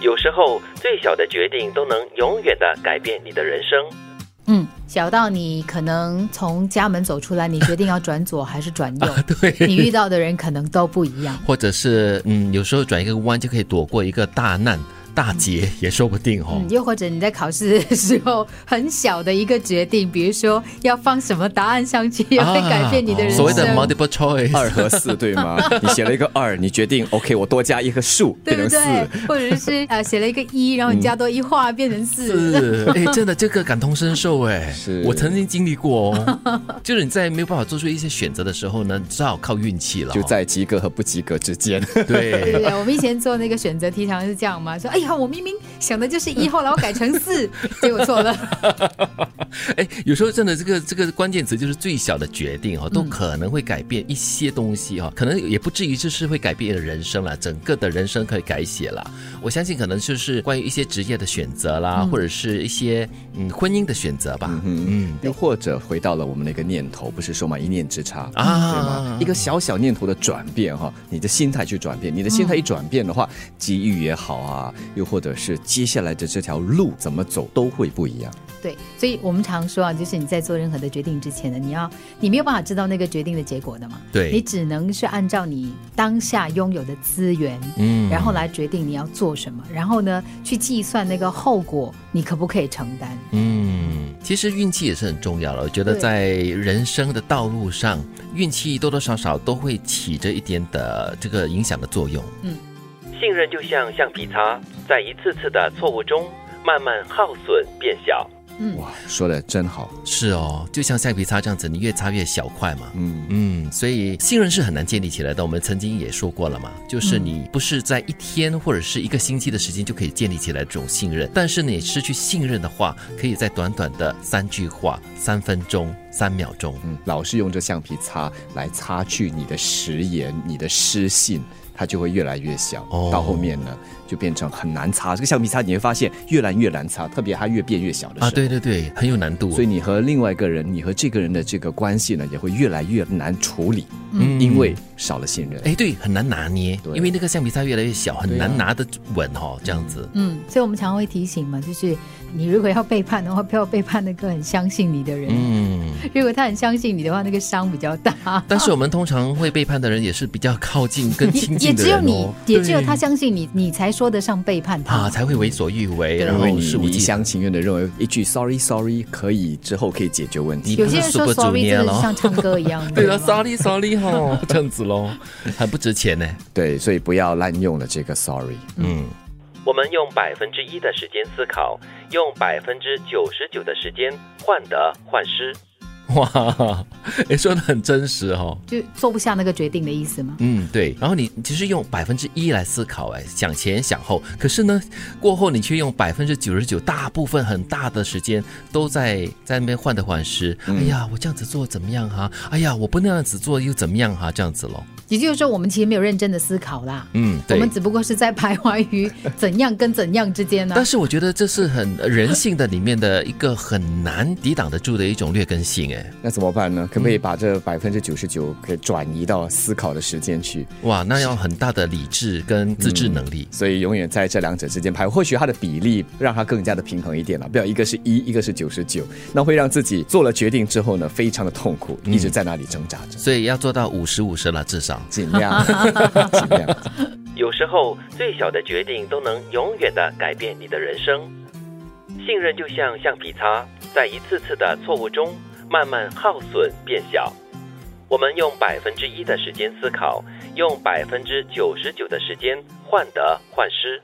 有时候最小的决定都能永远的改变你的人生。嗯，小到你可能从家门走出来，你决定要转左还是转右，啊， 对，你遇到的人可能都不一样。或者是嗯，有时候转一个弯就可以躲过一个大难大劫，也说不定哦嗯，。又或者你在考试的时候很小的一个决定，比如说要放什么答案上去，也 会改变你的人生。啊所谓的 multiple choice，二和 四对吗？你写了一个二，你决定 OK，我多加一棵树 对变不成四。对？或者是呃写了一个一，然后你加多一画变成 四。是，哎，真的这个感同身受，哎，是我曾经经历过哦。 就是你在没有办法做出一些选择的时候呢，只好靠运气了哦、就在及格和不及格之间，对对对，对，我们以前做那个选择题，常常是这样嘛，说哎呀，我明明想的就是一，后来我改成 四，结果错了。哎，有时候真的这个这个关键词就是最小的决定嗯哦，都可能会改变一些东西哦，可能也不至于就是会改变人生了，整个的人生可以改写了。我相信可能就是关于一些职业的选择啦，嗯或者是一些嗯婚姻的选择吧。嗯 又或者回到了我们的一个念头，不是说嘛，一念之差对吗啊？一，个小小念头的转变哈，你的心态去转变，你的心态一转变的话，机遇也好啊，又或者是接下来的这条路怎么走都会不一样。对，所以我们常说啊，就是你在做任何的决定之前呢，你要你没有办法知道那个决定的结果的嘛，对你只能是按照你当下拥有的资源，嗯然后来决定你要做什么，然后呢去计算那个后果，你可不可以承担？嗯，其实运气也是很重要的。我觉得对在人生的道路上，运气多多少少都会起着一点的这个影响的作用。信任就像橡皮擦，在一次次的错误中，慢慢耗损变小。嗯，哇，说的真好，是哦，就像橡皮擦这样子，你越擦越小块嘛。嗯，嗯，所以信任是很难建立起来的。我们曾经也说过了嘛，就是你不是在一天或者是一个星期的时间就可以建立起来这种信任，但是你失去信任的话，可以在短短的三句话、三分钟、三秒钟。嗯，老是用这橡皮擦来擦去你的食言、你的失信，它就会越来越小。哦到后面呢，就变成很难擦。这个橡皮擦你会发现越来越难擦，特别它越变越小的时候。啊，对。对对，很有难度。所以你和另外一个人，你和这个人的这个关系呢，也会越来越难处理，嗯因为少了信任。哎，对，很难拿捏，对因为那个橡皮擦越来越小，很对啊难拿得稳哦，这样子。嗯，所以我们常会提醒嘛，就是你如果要背叛的话，不要背叛那个很相信你的人。嗯，如果他很相信你的话，那个伤比较大。但是我们通常会背叛的人也是比较 靠近、更也亲也近的只有人你哦，，也只有对他相信你，你才说得上背叛他。啊才会为所欲为，对然因为后你肆无你一忌 惮。厢情愿的认为一句 sorry sorry 可以之后可以解决问题你，有些人说不是 super sorry 真 junior 的咯是像唱歌一 样的，对了啊吗，sorry sorry 哈，这样子咯，很不值钱呢。对，所以不要滥用了这个 sorry。嗯，我们用百分之一的时间思考，用百分之九十九的时间患得患失。哇， 哎，说的很真实哦。就做不下那个决定的意思吗？嗯，对。然后你其实用百分之一来思考，哎，想前想后，可是呢，过后你却用百分之九十九，大部分很大的时间都在在那边患得患失。嗯哎呀，我这样子做怎么样哈、哎呀，我不那样子做又怎么样哈、这样子咯。也就是说，我们其实没有认真的思考啦，嗯，我对们。只不过是在徘徊于怎样跟怎样之间呢、啊但是我觉得这是很人性的里面的一个很难抵挡得住的一种劣根性，哎，那怎么办呢？可不可以把这百分之九十九可以转移到思考的时间去？哇，那要很大的理智跟自制能嗯力。所以永远在这两者之间徘徊，或许它的比例让它更加的平衡一点了，不要一个是一，一个是九十九，那会让自己做了决定之后呢，非常的痛苦，一直在那里挣扎着，所以要做到五十五十了，至少。尽量，尽量。有时候，最小的决定都能永远的改变你的人生。信任就像橡皮擦，在一次次的错误中，慢慢耗损变小。我们用百分之一的时间思考，用百分之九十九的时间患得患失。